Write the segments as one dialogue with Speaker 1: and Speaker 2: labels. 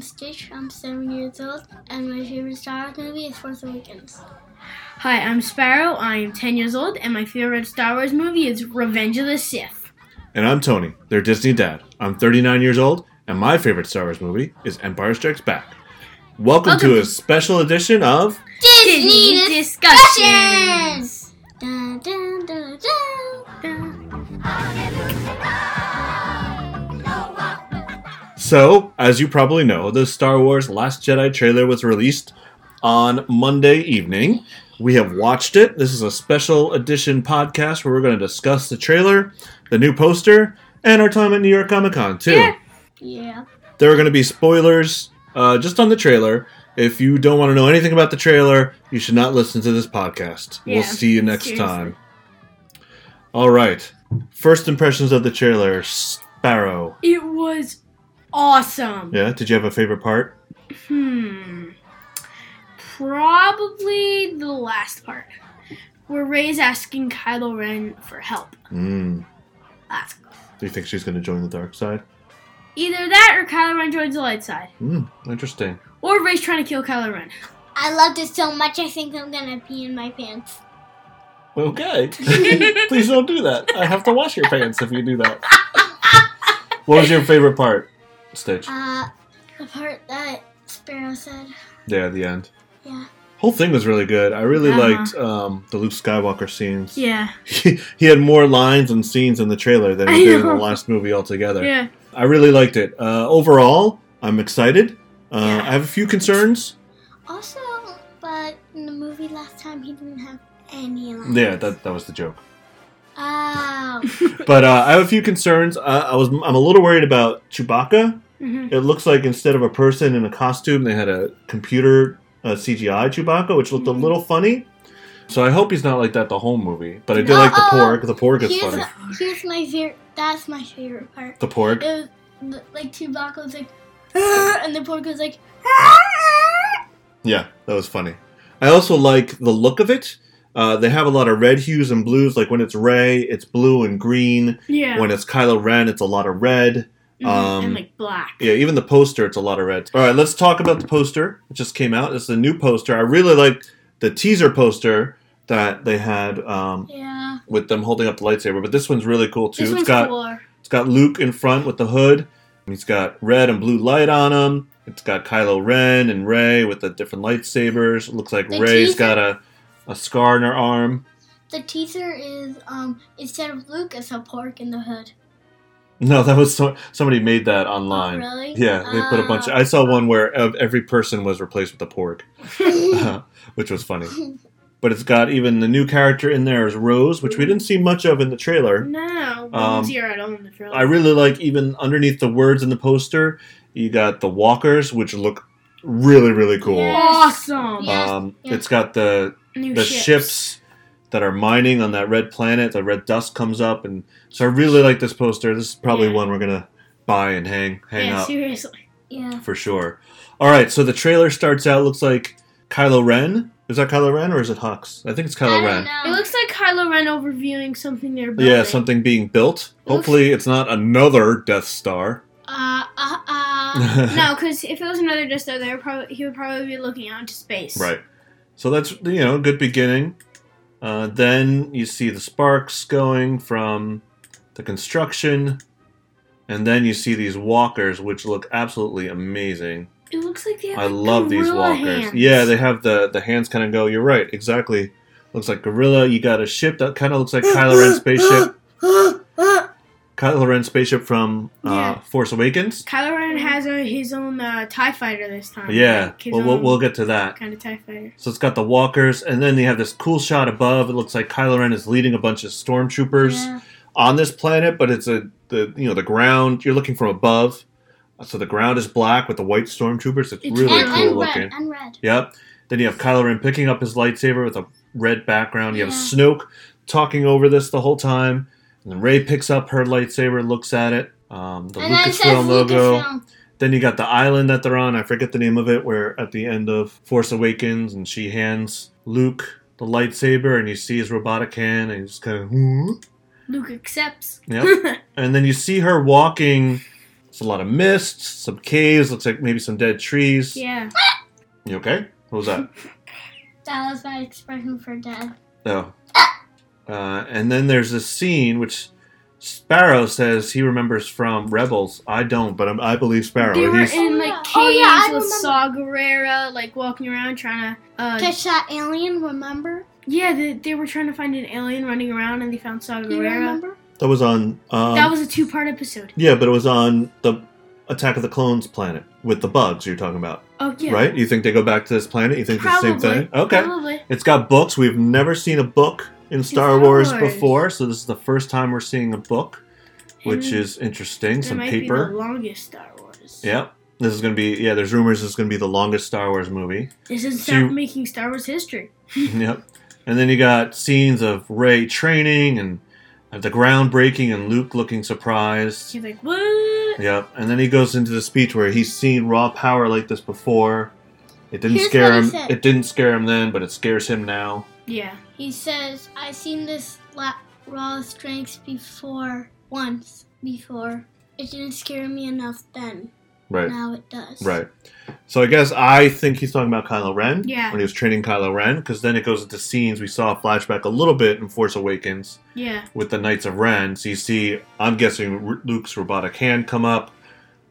Speaker 1: Stitch. I'm seven years old, and my favorite Star Wars movie is Force Awakens.
Speaker 2: Hi, I'm Sparrow. I am 10 years old, and my favorite Star Wars movie is Revenge of the Sith.
Speaker 3: And I'm Tony, their Disney dad. I'm 39 years old, and my favorite Star Wars movie is Empire Strikes Back. Welcome,
Speaker 2: Welcome
Speaker 3: to a
Speaker 2: to-
Speaker 3: special edition of
Speaker 1: discussions. Dun, dun, dun, dun.
Speaker 3: So, as you probably know, the Star Wars Last Jedi trailer was released on Monday evening. We have watched it. This is a special edition podcast where we're going to discuss the trailer, the new poster, and our time at New York Comic Con, too.
Speaker 2: Yeah.
Speaker 1: Yeah.
Speaker 3: There are going to be spoilers uh, just on the trailer. If you don't want to know anything about the trailer, you should not listen to this podcast.
Speaker 2: Yeah,
Speaker 3: we'll see you next
Speaker 2: seriously.
Speaker 3: time. All right. First impressions of the trailer Sparrow.
Speaker 2: It was awesome.
Speaker 3: Yeah, did you have a favorite part?
Speaker 2: Hmm. Probably the last part, where Ray's asking Kylo Ren for help.
Speaker 3: Mm.
Speaker 2: That's
Speaker 3: Do you think she's going to join the dark side?
Speaker 2: either that or Kylo Ren joins the light side,
Speaker 3: Hmm, interesting.
Speaker 2: or Ray's trying to kill Kylo Ren.
Speaker 1: I loved it so much. I think I'm gonna pee in my pants.
Speaker 3: Okay. Please don't do that. I have to wash your pants if you do that. What was your favorite part, Stitch?
Speaker 1: Uh, the part that Sparrow said.
Speaker 3: Yeah, the end.
Speaker 1: Yeah.
Speaker 3: Whole thing was really good. I really
Speaker 2: Uh-huh.
Speaker 3: liked um, the Luke Skywalker scenes.
Speaker 2: Yeah.
Speaker 3: He, he had more lines and scenes in the trailer than he
Speaker 2: I
Speaker 3: did in
Speaker 2: know.
Speaker 3: the last movie altogether.
Speaker 2: Yeah.
Speaker 3: I really liked it. Uh, overall, I'm excited. Uh,
Speaker 2: Yeah.
Speaker 3: I have a few concerns.
Speaker 1: Also, but in the movie last time, he didn't have any lines.
Speaker 3: Yeah, that, that was the joke.
Speaker 1: Oh.
Speaker 3: But uh, I have a few concerns. Uh, I was I'm a little worried about Chewbacca.
Speaker 2: hmm
Speaker 3: It looks like instead of a person in a costume, they had a computer uh, CGI Chewbacca, which looked a
Speaker 2: Mm-hmm.
Speaker 3: little funny. So I hope he's not like that the whole movie. But I
Speaker 2: Uh,
Speaker 3: did like the
Speaker 1: Uh-oh.
Speaker 3: pork. The pork is
Speaker 1: here's,
Speaker 3: funny.
Speaker 1: here's my favorite. That's my favorite part.
Speaker 3: The pork.
Speaker 1: It was like Chewbacca was like, "Ah," and the pork was like, "Ah."
Speaker 3: Yeah, that was funny. I also like the look of it. Uh, they have a lot of red hues and blues. Like when it's Ray, it's blue and green.
Speaker 2: Yeah.
Speaker 3: When it's Kylo Ren, it's a lot of red.
Speaker 2: Mhm,
Speaker 3: um,
Speaker 2: and like black.
Speaker 3: Yeah, even the poster, it's a lot of red. All right, let's talk about the poster. It just came out. It's the new poster. I really liked the teaser poster that they had um,
Speaker 1: yeah.
Speaker 3: with them holding up the lightsaber, but this one's really cool too.
Speaker 2: This
Speaker 3: It's
Speaker 2: one's
Speaker 3: got
Speaker 2: cooler.
Speaker 3: it's got Luke in front with the hood. And he's got red and blue light on him. It's got Kylo Ren and Rey with the different lightsabers. It looks like
Speaker 1: The
Speaker 3: Rey's
Speaker 1: teaser-
Speaker 3: got a a scar in her arm.
Speaker 1: The teaser is um instead of Luke, it's a pork in the hood.
Speaker 3: No, that was so, somebody made that online.
Speaker 1: Oh, Really?
Speaker 3: Yeah, they put a bunch.
Speaker 1: Oh.
Speaker 3: I saw one where ev- every person was replaced with a pork.
Speaker 1: Ah.
Speaker 3: which was funny. But it's got even the new character in there is Rose, which we didn't see much of in the trailer.
Speaker 2: No, we
Speaker 3: Um,
Speaker 2: didn't see her at all in the trailer.
Speaker 3: I really like even underneath the words in the poster, you got the walkers, which look really really cool.
Speaker 1: Yeah.
Speaker 2: awesome.
Speaker 1: Yeah.
Speaker 3: Um,
Speaker 1: Yes, yeah.
Speaker 3: It's got the
Speaker 2: New
Speaker 3: the ships. that are mining on that red planet. The red dust comes up, and so I really like this poster. This is probably
Speaker 2: Yeah.
Speaker 3: one we're gonna buy and hang hang
Speaker 2: yeah,
Speaker 3: out
Speaker 2: seriously.
Speaker 1: Yeah.
Speaker 3: for sure. All right, so the trailer starts out looks like Kylo Ren. Is that Kylo Ren or is it Hux? I think it's Kylo
Speaker 1: I
Speaker 3: Ren.
Speaker 1: don't know.
Speaker 2: It looks like Kylo Ren overviewing something they're building.
Speaker 3: Yeah, something being built.
Speaker 2: Oof.
Speaker 3: Hopefully, it's not another Death Star.
Speaker 1: uh uh uh.
Speaker 3: right.
Speaker 2: No, because if it was another disc, though, they were probably he would probably be looking out into space.
Speaker 3: So that's you know a good beginning. Uh, then you see the sparks going from the construction, and then you see these walkers, which look absolutely amazing.
Speaker 2: It looks like they have.
Speaker 3: I
Speaker 2: like,
Speaker 3: love these
Speaker 2: gorilla
Speaker 3: walkers.
Speaker 2: hands.
Speaker 3: Yeah, they have the the hands kind of go. You're right, exactly. Looks like gorilla. You got a ship that kind of looks like Kylo Ren's spaceship. Kylo Ren's spaceship from uh,
Speaker 2: Yeah.
Speaker 3: Force Awakens.
Speaker 2: Kylo Ren has uh his own uh, Tie Fighter this time.
Speaker 3: Yeah,
Speaker 2: like, his
Speaker 3: we'll, we'll,
Speaker 2: own
Speaker 3: we'll get to that.
Speaker 2: kind of Tie Fighter.
Speaker 3: So it's got the walkers, and then they have this cool shot above. It looks like Kylo Ren is leading a bunch of stormtroopers
Speaker 1: Yeah.
Speaker 3: on this planet, but it's a the you know the ground you're looking from above, so the ground is black with the white stormtroopers. It's,
Speaker 2: It's
Speaker 3: really
Speaker 2: red.
Speaker 1: and,
Speaker 3: cool
Speaker 1: and
Speaker 3: looking.
Speaker 1: red. And red.
Speaker 3: Yep. Then you have Kylo Ren picking up his lightsaber with a red background. You have
Speaker 1: Yeah.
Speaker 3: Snoke talking over this the whole time, and then Ray picks up her lightsaber, looks at it. Um, the
Speaker 1: and then it says
Speaker 3: Lucasfilm logo.
Speaker 1: Lucasfilm.
Speaker 3: Then you got the island that they're on. I forget the name of it, where at the end of Force Awakens, and she hands Luke the lightsaber, and you see his robotic hand, and he's "Hmm?" kind of.
Speaker 2: Luke accepts.
Speaker 3: Yep. and then you see her walking It's a lot of mist, some caves, looks like maybe some dead trees.
Speaker 2: Yeah.
Speaker 3: You okay? What was that?
Speaker 1: That was my expression for death.
Speaker 3: No. Oh. Uh, and then there's this scene which Sparrow says he remembers from Rebels. I don't, but I'm, I believe Sparrow.
Speaker 2: They were
Speaker 3: He's-
Speaker 2: in
Speaker 1: Oh, yeah.
Speaker 2: like caves
Speaker 1: Oh, yeah, I
Speaker 2: with
Speaker 1: remember.
Speaker 2: Saw Gerrera, like walking around trying to. Uh,
Speaker 1: Catch that alien, remember?
Speaker 2: yeah, they, they were trying to find an alien running around and they found Saw
Speaker 1: You
Speaker 2: Gerrera.
Speaker 1: remember?
Speaker 3: that was on. Um,
Speaker 2: That was a two part episode.
Speaker 3: yeah, but it was on the Attack of the Clones planet with the bugs you're talking about,
Speaker 2: Oh, yeah.
Speaker 3: right? You think they go back to this planet? You think
Speaker 2: Probably.
Speaker 3: it's the same thing? Okay.
Speaker 2: Probably.
Speaker 3: It's got books. We've never seen a book in Star,
Speaker 2: Star
Speaker 3: Wars,
Speaker 2: Wars.
Speaker 3: before, so this is the first time we're seeing a book, which
Speaker 2: And
Speaker 3: is interesting.
Speaker 2: it
Speaker 3: Some
Speaker 2: Mm. might Be
Speaker 3: paper.
Speaker 2: the longest Star Wars.
Speaker 3: Yep. This is going to be, yeah, there's rumors this is going to be the longest Star Wars movie.
Speaker 2: This is
Speaker 3: So you-
Speaker 2: start making Star Wars history.
Speaker 3: yep. And then you got scenes of Ray training and at the groundbreaking and Luke looking surprised.
Speaker 2: She's like, what?
Speaker 3: Yep. And then he goes into the speech where he's seen raw power like this before. It didn't
Speaker 1: Here's
Speaker 3: scare
Speaker 1: what he
Speaker 3: him.
Speaker 1: said.
Speaker 3: It didn't scare him then, but it scares him now.
Speaker 2: Yeah.
Speaker 1: He says, i seen this la- raw strength before, once before. It didn't scare me enough then.
Speaker 3: Right.
Speaker 1: Now it does.
Speaker 3: Right. So I guess I think he's talking about Kylo Ren.
Speaker 2: Yeah.
Speaker 3: When he was training Kylo Ren, because then it goes into scenes we saw a flashback a little bit in Force Awakens
Speaker 2: Yeah.
Speaker 3: with the Knights of Ren. So you see, I'm guessing R- Luke's robotic hand come up,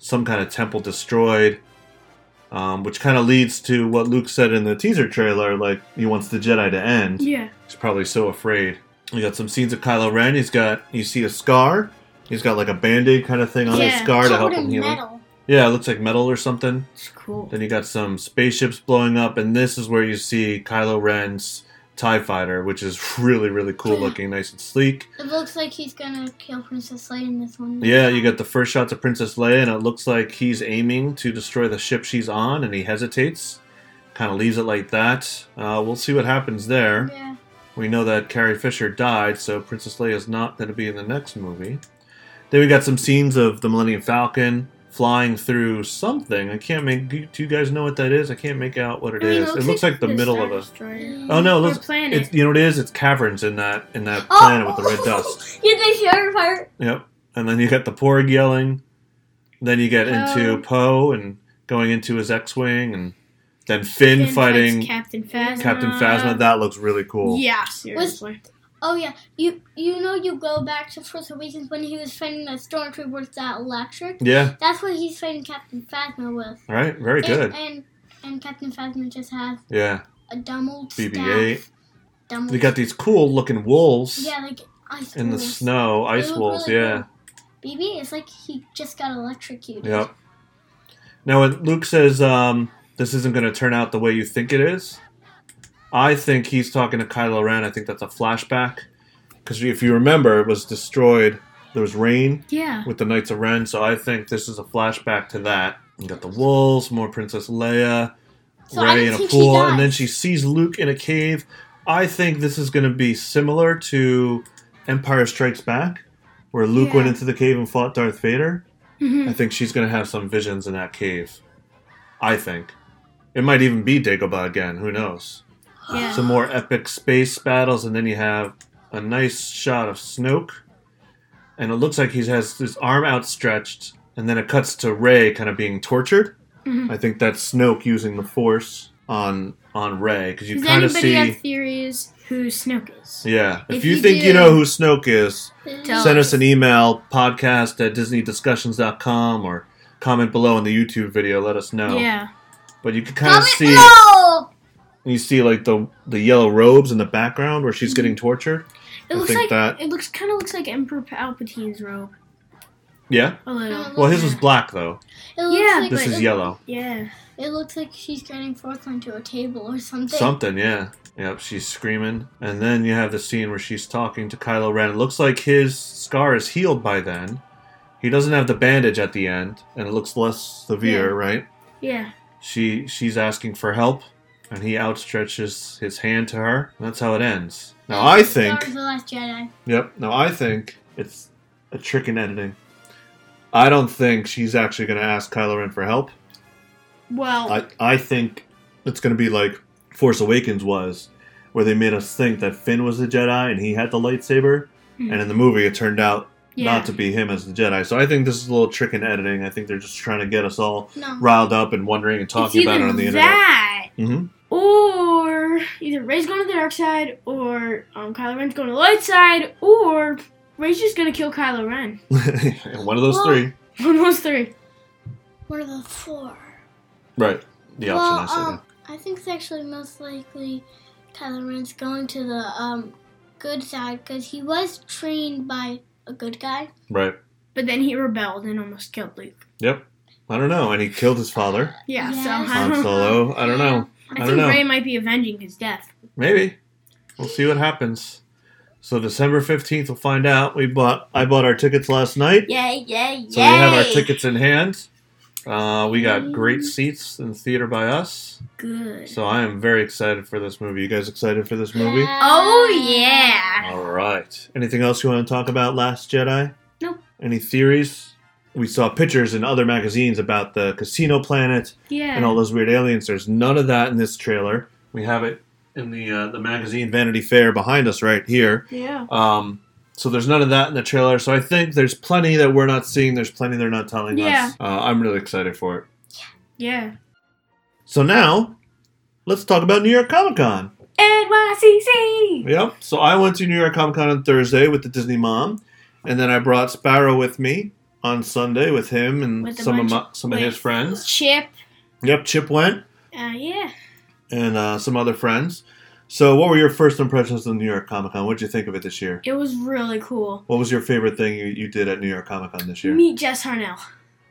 Speaker 3: some kind of temple destroyed, um, which kind of leads to what Luke said in the teaser trailer. Like he wants the Jedi to end.
Speaker 2: Yeah.
Speaker 3: He's probably so afraid. You got some scenes of Kylo Ren. He's got you see a scar. He's got like a band-aid kind of thing on his
Speaker 2: Yeah.
Speaker 3: scar to help
Speaker 1: Covered
Speaker 3: him
Speaker 1: in
Speaker 3: heal. it.
Speaker 1: metal.
Speaker 3: Yeah, it looks like metal or something.
Speaker 2: It's cool.
Speaker 3: Then you got some spaceships blowing up, and this is where you see Kylo Ren's TIE fighter, which is really, really cool
Speaker 1: Yeah.
Speaker 3: looking, nice and sleek.
Speaker 1: It looks like he's gonna kill Princess Leia in this one.
Speaker 3: Yeah, you got the first shots of Princess Leia, and it looks like he's aiming to destroy the ship she's on, and he hesitates. Kind of leaves it like that. Uh, we'll see what happens there.
Speaker 1: Yeah.
Speaker 3: We know that Carrie Fisher died, so Princess Leia is not going to be in the next movie. Then we got some scenes of the Millennium Falcon flying through something. I can't make. Do you guys know what that is? I can't make out what it
Speaker 2: I mean,
Speaker 3: is. it looks like the middle
Speaker 2: Star
Speaker 3: of a.
Speaker 2: Destroyer.
Speaker 3: Oh no! It
Speaker 2: Or
Speaker 3: looks.
Speaker 2: planet.
Speaker 3: It's, you know what it is? It's caverns in that in that
Speaker 1: Oh!
Speaker 3: planet with the red dust.
Speaker 1: Did they share part?
Speaker 3: Yep. And then you got the Porg yelling. Then you get into
Speaker 2: Poe.
Speaker 3: Poe and going into his X-wing, and then Finn,
Speaker 2: Finn
Speaker 3: fighting
Speaker 2: fights Captain Phasma.
Speaker 3: Captain Phasma. That looks really cool.
Speaker 2: Yeah, seriously.
Speaker 1: Oh yeah. You you know you go back to Force Awakens when he was fighting the stormtrooper with that electric.
Speaker 3: Yeah.
Speaker 1: That's what he's fighting Captain Phasma with.
Speaker 3: All right. Very
Speaker 1: And,
Speaker 3: good.
Speaker 1: and and Captain Phasma just has
Speaker 3: Yeah.
Speaker 1: a dumb old
Speaker 3: BB-8.
Speaker 1: staff. Dumb
Speaker 3: They
Speaker 1: old
Speaker 3: got these cool looking wolves
Speaker 1: Yeah, like ice
Speaker 3: in the
Speaker 1: wolves.
Speaker 3: snow,
Speaker 1: They
Speaker 3: ice
Speaker 1: look
Speaker 3: wolves.
Speaker 1: really
Speaker 3: yeah.
Speaker 1: cool. BB, it's like he just got electrocuted.
Speaker 3: Yep. Now, when Luke says um, this isn't going to turn out the way you think it is, I think he's talking to Kylo Ren. I think that's a flashback. Because if you remember, it was destroyed. There was rain
Speaker 2: Yeah.
Speaker 3: with the Knights of Ren, so I think this is a flashback to that. You got the wolves, more Princess Leia,
Speaker 1: So I
Speaker 3: Ray
Speaker 1: don't
Speaker 3: in a
Speaker 1: think
Speaker 3: pool,
Speaker 1: she dies.
Speaker 3: and then she sees Luke in a cave. I think this is going to be similar to Empire Strikes Back, where Luke went
Speaker 2: Yeah.
Speaker 3: into the cave and fought Darth Vader.
Speaker 2: Mhm.
Speaker 3: I think she's gonna have some visions in that cave. I think. It might even be Dagobah again, who knows?
Speaker 2: Yeah.
Speaker 3: Some more epic space battles, and then you have a nice shot of Snoke. And it looks like he has his arm outstretched, and then it cuts to Rey kind of being tortured.
Speaker 2: Mhm.
Speaker 3: I think that's Snoke using the force on on Rey, because you
Speaker 2: Does
Speaker 3: kind of
Speaker 2: anybody
Speaker 3: see
Speaker 2: have theories who Snoke is?
Speaker 3: Yeah. If,
Speaker 2: If
Speaker 3: you
Speaker 2: you
Speaker 3: think you
Speaker 2: do- Oh.
Speaker 3: know who Snoke is,
Speaker 2: Tell
Speaker 3: send us an email podcast at disneydiscussions.com or comment below in the youtube video let us know
Speaker 2: Yeah.
Speaker 3: but you can kind of
Speaker 1: Comment
Speaker 3: see
Speaker 1: below!
Speaker 3: you see like the the yellow robes in the background where she's getting tortured
Speaker 2: It
Speaker 3: I
Speaker 2: looks
Speaker 3: think
Speaker 2: like
Speaker 3: that-
Speaker 2: it looks kind of looks like Emperor Palpatine's robe
Speaker 3: yeah
Speaker 2: a little.
Speaker 3: well his was black though
Speaker 1: It looks
Speaker 2: Yeah,
Speaker 1: like
Speaker 3: this
Speaker 1: it,
Speaker 3: is yellow
Speaker 2: Yeah.
Speaker 1: It looks like she's getting forth onto a table or something.
Speaker 3: something yeah yep she's screaming and then you have the scene where she's talking to kylo ren it looks like his scar is healed by then he doesn't have the bandage at the end and it looks less severe
Speaker 2: Yeah.
Speaker 3: right
Speaker 2: Yeah.
Speaker 3: She she's asking for help, and he outstretches his hand to her. And that's how it ends. Now I think.
Speaker 1: Star Wars The Last Jedi.
Speaker 3: Yep. Now I think it's a trick in editing. I don't think she's actually going to ask Kylo Ren for help.
Speaker 2: Well.
Speaker 3: I I think it's going to be like Force Awakens was, where they made us think that Finn was the Jedi and he had the lightsaber,
Speaker 2: Mhm.
Speaker 3: and in the movie it turned out
Speaker 2: Yeah.
Speaker 3: not to be him as the Jedi. So I think this is a little trick in editing. I think they're just trying to get us all
Speaker 1: No.
Speaker 3: riled up and wondering and talking
Speaker 2: it's
Speaker 3: about
Speaker 2: either
Speaker 3: it on the internet.
Speaker 2: that,
Speaker 3: hmm
Speaker 2: or either Ray's going to the dark side, or um, Kylo Ren's going to the light side, or Ray's just going to kill Kylo Ren.
Speaker 3: One of those
Speaker 1: Well-
Speaker 3: three.
Speaker 2: One of those three.
Speaker 1: We're the four.
Speaker 3: Right. The option I said.
Speaker 1: um, I think it's actually most likely Kylo Ren's going to the um, good side because he was trained by a good guy.
Speaker 3: Right.
Speaker 2: But then he rebelled and almost killed Luke.
Speaker 3: Yep. I don't know. And he killed his father,
Speaker 2: Yeah,
Speaker 1: Yes.
Speaker 2: so I
Speaker 3: Han
Speaker 2: don't know.
Speaker 3: Solo. I don't know.
Speaker 2: I
Speaker 3: I
Speaker 2: think
Speaker 3: don't know.
Speaker 2: Ray might be avenging his death.
Speaker 3: Maybe. We'll see what happens. So December fifteenth, we'll find out. We bought. I bought our tickets last night.
Speaker 2: Yay, yay,
Speaker 3: So we have our tickets in hand. Uh, we got great seats in the theater by us.
Speaker 2: Good.
Speaker 3: So I am very excited for this movie. You guys excited for this movie?
Speaker 1: Uh,
Speaker 2: Oh, yeah.
Speaker 3: All right. Anything else you want to talk about Last Jedi?
Speaker 2: Nope.
Speaker 3: Any theories? We saw pictures in other magazines about the casino planet
Speaker 2: Yeah.
Speaker 3: and all those weird aliens. There's none of that in this trailer. We have it in the uh, the magazine Vanity Fair behind us right here.
Speaker 2: yeah.
Speaker 3: Um, so there's none of that in the trailer. So I think there's plenty that we're not seeing. There's plenty they're not telling
Speaker 2: Yeah.
Speaker 3: us. Uh, I'm really excited for it.
Speaker 2: Yeah.
Speaker 3: So now, let's talk about New York Comic Con.
Speaker 2: NYCC!
Speaker 3: Yep. So I went to New York Comic Con on Thursday with the Disney mom, and then I brought Sparrow with me on Sunday with him and
Speaker 2: With a
Speaker 3: some of
Speaker 2: bunch-
Speaker 3: my, some of
Speaker 2: wait.
Speaker 3: his friends.
Speaker 2: Chip.
Speaker 3: Yep. Chip went
Speaker 2: Uh, yeah.
Speaker 3: and uh, some other friends. So what were your first impressions of New York Comic Con? What did you think of it this year?
Speaker 2: It was really cool.
Speaker 3: What was your favorite thing you, you did at New York Comic Con this year?
Speaker 2: Meet Jess Harnell.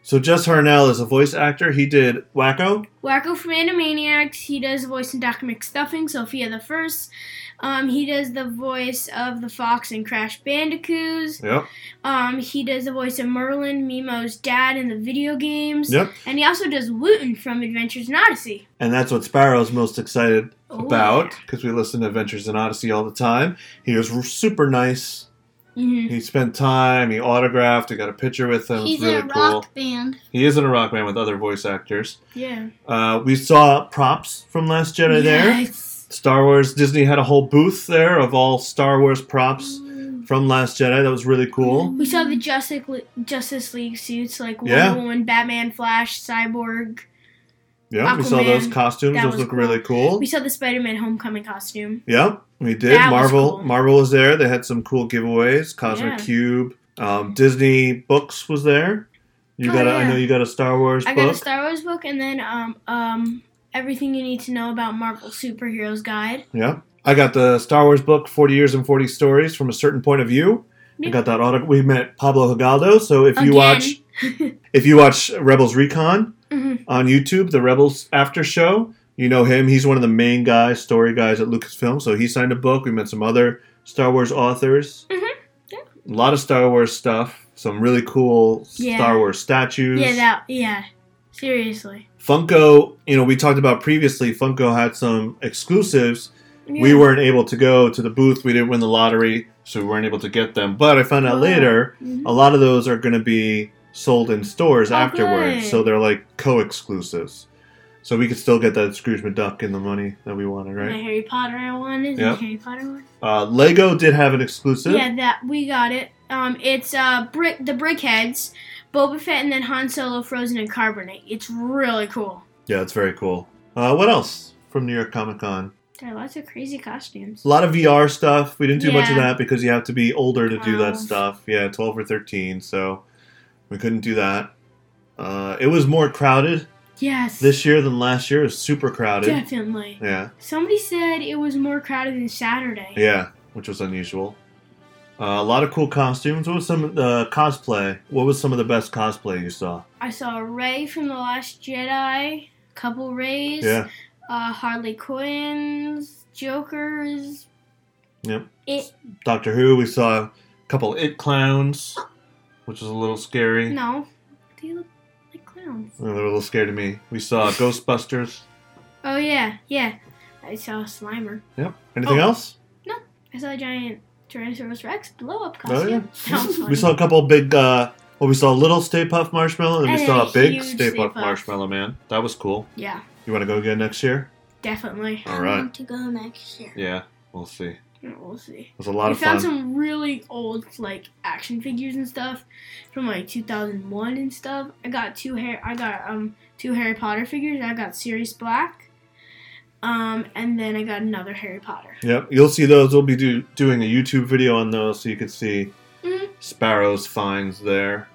Speaker 3: So Jess Harnell is a voice actor. He did Wacko.
Speaker 2: Wacko from Animaniacs. He does the voice in Dr. McStuffing, Sophia the First. Um, he does the voice of the fox in Crash Bandicoots.
Speaker 3: Yep.
Speaker 2: Um, he does the voice of Merlin, Mimo's dad in the video games.
Speaker 3: Yep.
Speaker 2: And he also does Wooten from Adventures in Odyssey.
Speaker 3: And that's what Sparrow's most excited
Speaker 2: Oh,
Speaker 3: about because we listen to Adventures in Odyssey all the time. He was r- super nice.
Speaker 2: Mm-hmm.
Speaker 3: He spent time. He autographed. He got a picture with him.
Speaker 1: Mm. He's
Speaker 3: it's really
Speaker 1: in a
Speaker 3: cool.
Speaker 1: rock band.
Speaker 3: He is in a rock band with other voice actors.
Speaker 2: Yeah.
Speaker 3: Uh, we saw props from Last Jedi there.
Speaker 2: Yes.
Speaker 3: Star Wars Disney had a whole booth there of all Star Wars props
Speaker 1: Mm.
Speaker 3: from Last Jedi. That was really cool.
Speaker 2: We saw the Justice Justice League suits like Wonder
Speaker 3: Yeah.
Speaker 2: Woman, Batman, Flash, Cyborg.
Speaker 3: Yeah, we saw those
Speaker 2: Aquaman.
Speaker 3: costumes.
Speaker 2: That
Speaker 3: those
Speaker 2: was
Speaker 3: look
Speaker 2: cool.
Speaker 3: really cool.
Speaker 2: We saw the Spider-Man Homecoming costume.
Speaker 3: Yep, we did.
Speaker 2: That was
Speaker 3: Marvel
Speaker 2: cool.
Speaker 3: Marvel was there. They had some cool giveaways. Cosmic
Speaker 2: Yeah.
Speaker 3: Cube, um, Disney Books was there. You
Speaker 2: Oh,
Speaker 3: got a, I
Speaker 2: yeah.
Speaker 3: know you got a Star Wars
Speaker 2: I got a
Speaker 3: book.
Speaker 2: Star Wars book and then um um everything you need to know about Marvel superheroes guide.
Speaker 3: yeah. I got the Star Wars book 40 years and 40 stories from a certain point of view. I
Speaker 2: Yeah.
Speaker 3: got that auto we met Pablo Hidalgo, so if you
Speaker 2: Again.
Speaker 3: watch if you watch Rebels Recon
Speaker 2: Mhm.
Speaker 3: on YouTube, the Rebels after show, you know him. He's one of the main guys, story guys at Lucasfilm. So he signed a book. We met some other Star Wars authors.
Speaker 2: Mhm.
Speaker 3: A lot of Star Wars stuff. Some really cool
Speaker 2: Yeah.
Speaker 3: Star Wars statues.
Speaker 2: Yeah, that yeah. Seriously.
Speaker 3: Funko, you know, we talked about previously, Funko had some exclusives. We
Speaker 2: Yeah.
Speaker 3: weren't able to go to the booth. We didn't win the lottery, so we weren't able to get them. But I found out
Speaker 2: Wow.
Speaker 3: later
Speaker 2: Mhm.
Speaker 3: a lot of those are going to be sold in stores
Speaker 2: Oh,
Speaker 3: afterwards,
Speaker 2: good.
Speaker 3: so they're like co-exclusives. So we could still get that Scrooge McDuck in the money that we wanted,
Speaker 2: The
Speaker 3: right?
Speaker 2: Harry Potter one is
Speaker 3: Yep.
Speaker 2: the Harry Potter one.
Speaker 3: Uh, Lego did have an exclusive.
Speaker 2: Yeah, that we got it. Um, it's uh brick the Brickheads, Boba Fett, and then Han Solo frozen in carbonate. It's really cool.
Speaker 3: Yeah, it's very cool. Uh, what else from New York Comic Con?
Speaker 2: There are lots of crazy costumes.
Speaker 3: A lot of VR stuff. We didn't do much of
Speaker 2: Yeah. Oh.
Speaker 3: that because you have to be older to do that
Speaker 2: Twelve.
Speaker 3: stuff. Yeah, twelve or thirteen, so we couldn't do that. Uh, it was more crowded
Speaker 2: Yes.
Speaker 3: this year than last year. It was super crowded.
Speaker 2: definitely.
Speaker 3: Yeah.
Speaker 2: Somebody said it was more crowded than Saturday.
Speaker 3: Yeah, which was unusual. Uh, a lot of cool costumes. What was some of the cosplay? What was some of the best cosplay you saw?
Speaker 2: I saw Ray from The Last Jedi, couple Rays,
Speaker 3: Yeah,
Speaker 2: uh, Harley Quinn's, Joker's.
Speaker 3: Yep.
Speaker 2: It
Speaker 3: Doctor Who. We saw a couple it clowns, which was a little scary.
Speaker 2: no, they look like clowns.
Speaker 3: They were a little scary to me. We saw Ghostbusters.
Speaker 2: Oh yeah, yeah. I saw Slimer.
Speaker 3: Yep. Anything
Speaker 2: Oh.
Speaker 3: else?
Speaker 2: I saw a giant Tyrannosaurus Rex blow up
Speaker 3: Oh, yeah.
Speaker 2: costume. That was
Speaker 3: we
Speaker 2: funny.
Speaker 3: saw a couple big. Uh, well, we saw a little Stay Puff Marshmallow, and we
Speaker 2: And
Speaker 3: saw
Speaker 2: a
Speaker 3: a big
Speaker 2: huge
Speaker 3: Stay
Speaker 2: Stay
Speaker 3: Puff
Speaker 2: Puff.
Speaker 3: Marshmallow Man. That was cool.
Speaker 2: Yeah,
Speaker 3: You want to go again next year?
Speaker 2: definitely.
Speaker 3: All
Speaker 1: I
Speaker 3: right.
Speaker 1: want to go next year.
Speaker 3: Yeah, we'll see.
Speaker 2: We'll see.
Speaker 3: was a lot
Speaker 2: we
Speaker 3: of
Speaker 2: found
Speaker 3: fun.
Speaker 2: some really old like action figures and stuff from like 2001 and stuff. I got two hair. I got um two Harry Potter figures. I got Sirius Black, um, and then I got another Harry Potter.
Speaker 3: Yep, you'll see those. We'll be do, doing a YouTube video on those so you can see
Speaker 2: Mhm.
Speaker 3: Sparrow's finds there.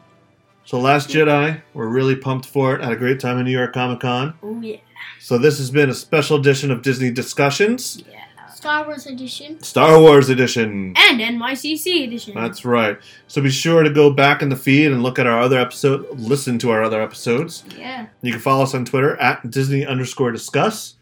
Speaker 3: So, Last Jedi, we're really pumped for it. Had a great time in New York Comic Con.
Speaker 2: Oh yeah,
Speaker 3: So, this has been a special edition of Disney Discussions,
Speaker 2: yeah.
Speaker 1: Star Wars edition.
Speaker 3: Star Wars edition.
Speaker 2: And NYCC edition.
Speaker 3: That's right. So, be sure to go back in the feed and look at our other episode, listen to our other episodes.
Speaker 2: yeah.
Speaker 3: You can follow us on Twitter at Disney underscore discuss.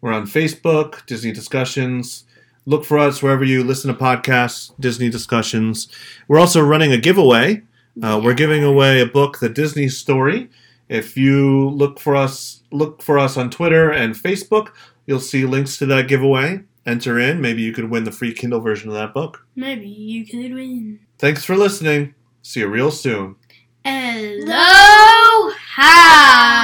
Speaker 3: We're on Facebook, Disney Discussions. Look for us wherever you listen to podcasts, Disney Discussions. We're also running a giveaway. Uh, We're giving away a book, The Disney Story. If you look for us, look for us on Twitter and Facebook, you'll see links to that giveaway. Enter in. Maybe you could win the free Kindle version of that book.
Speaker 2: Maybe you could win.
Speaker 3: Thanks for listening. See you real soon.
Speaker 2: Hello, hi.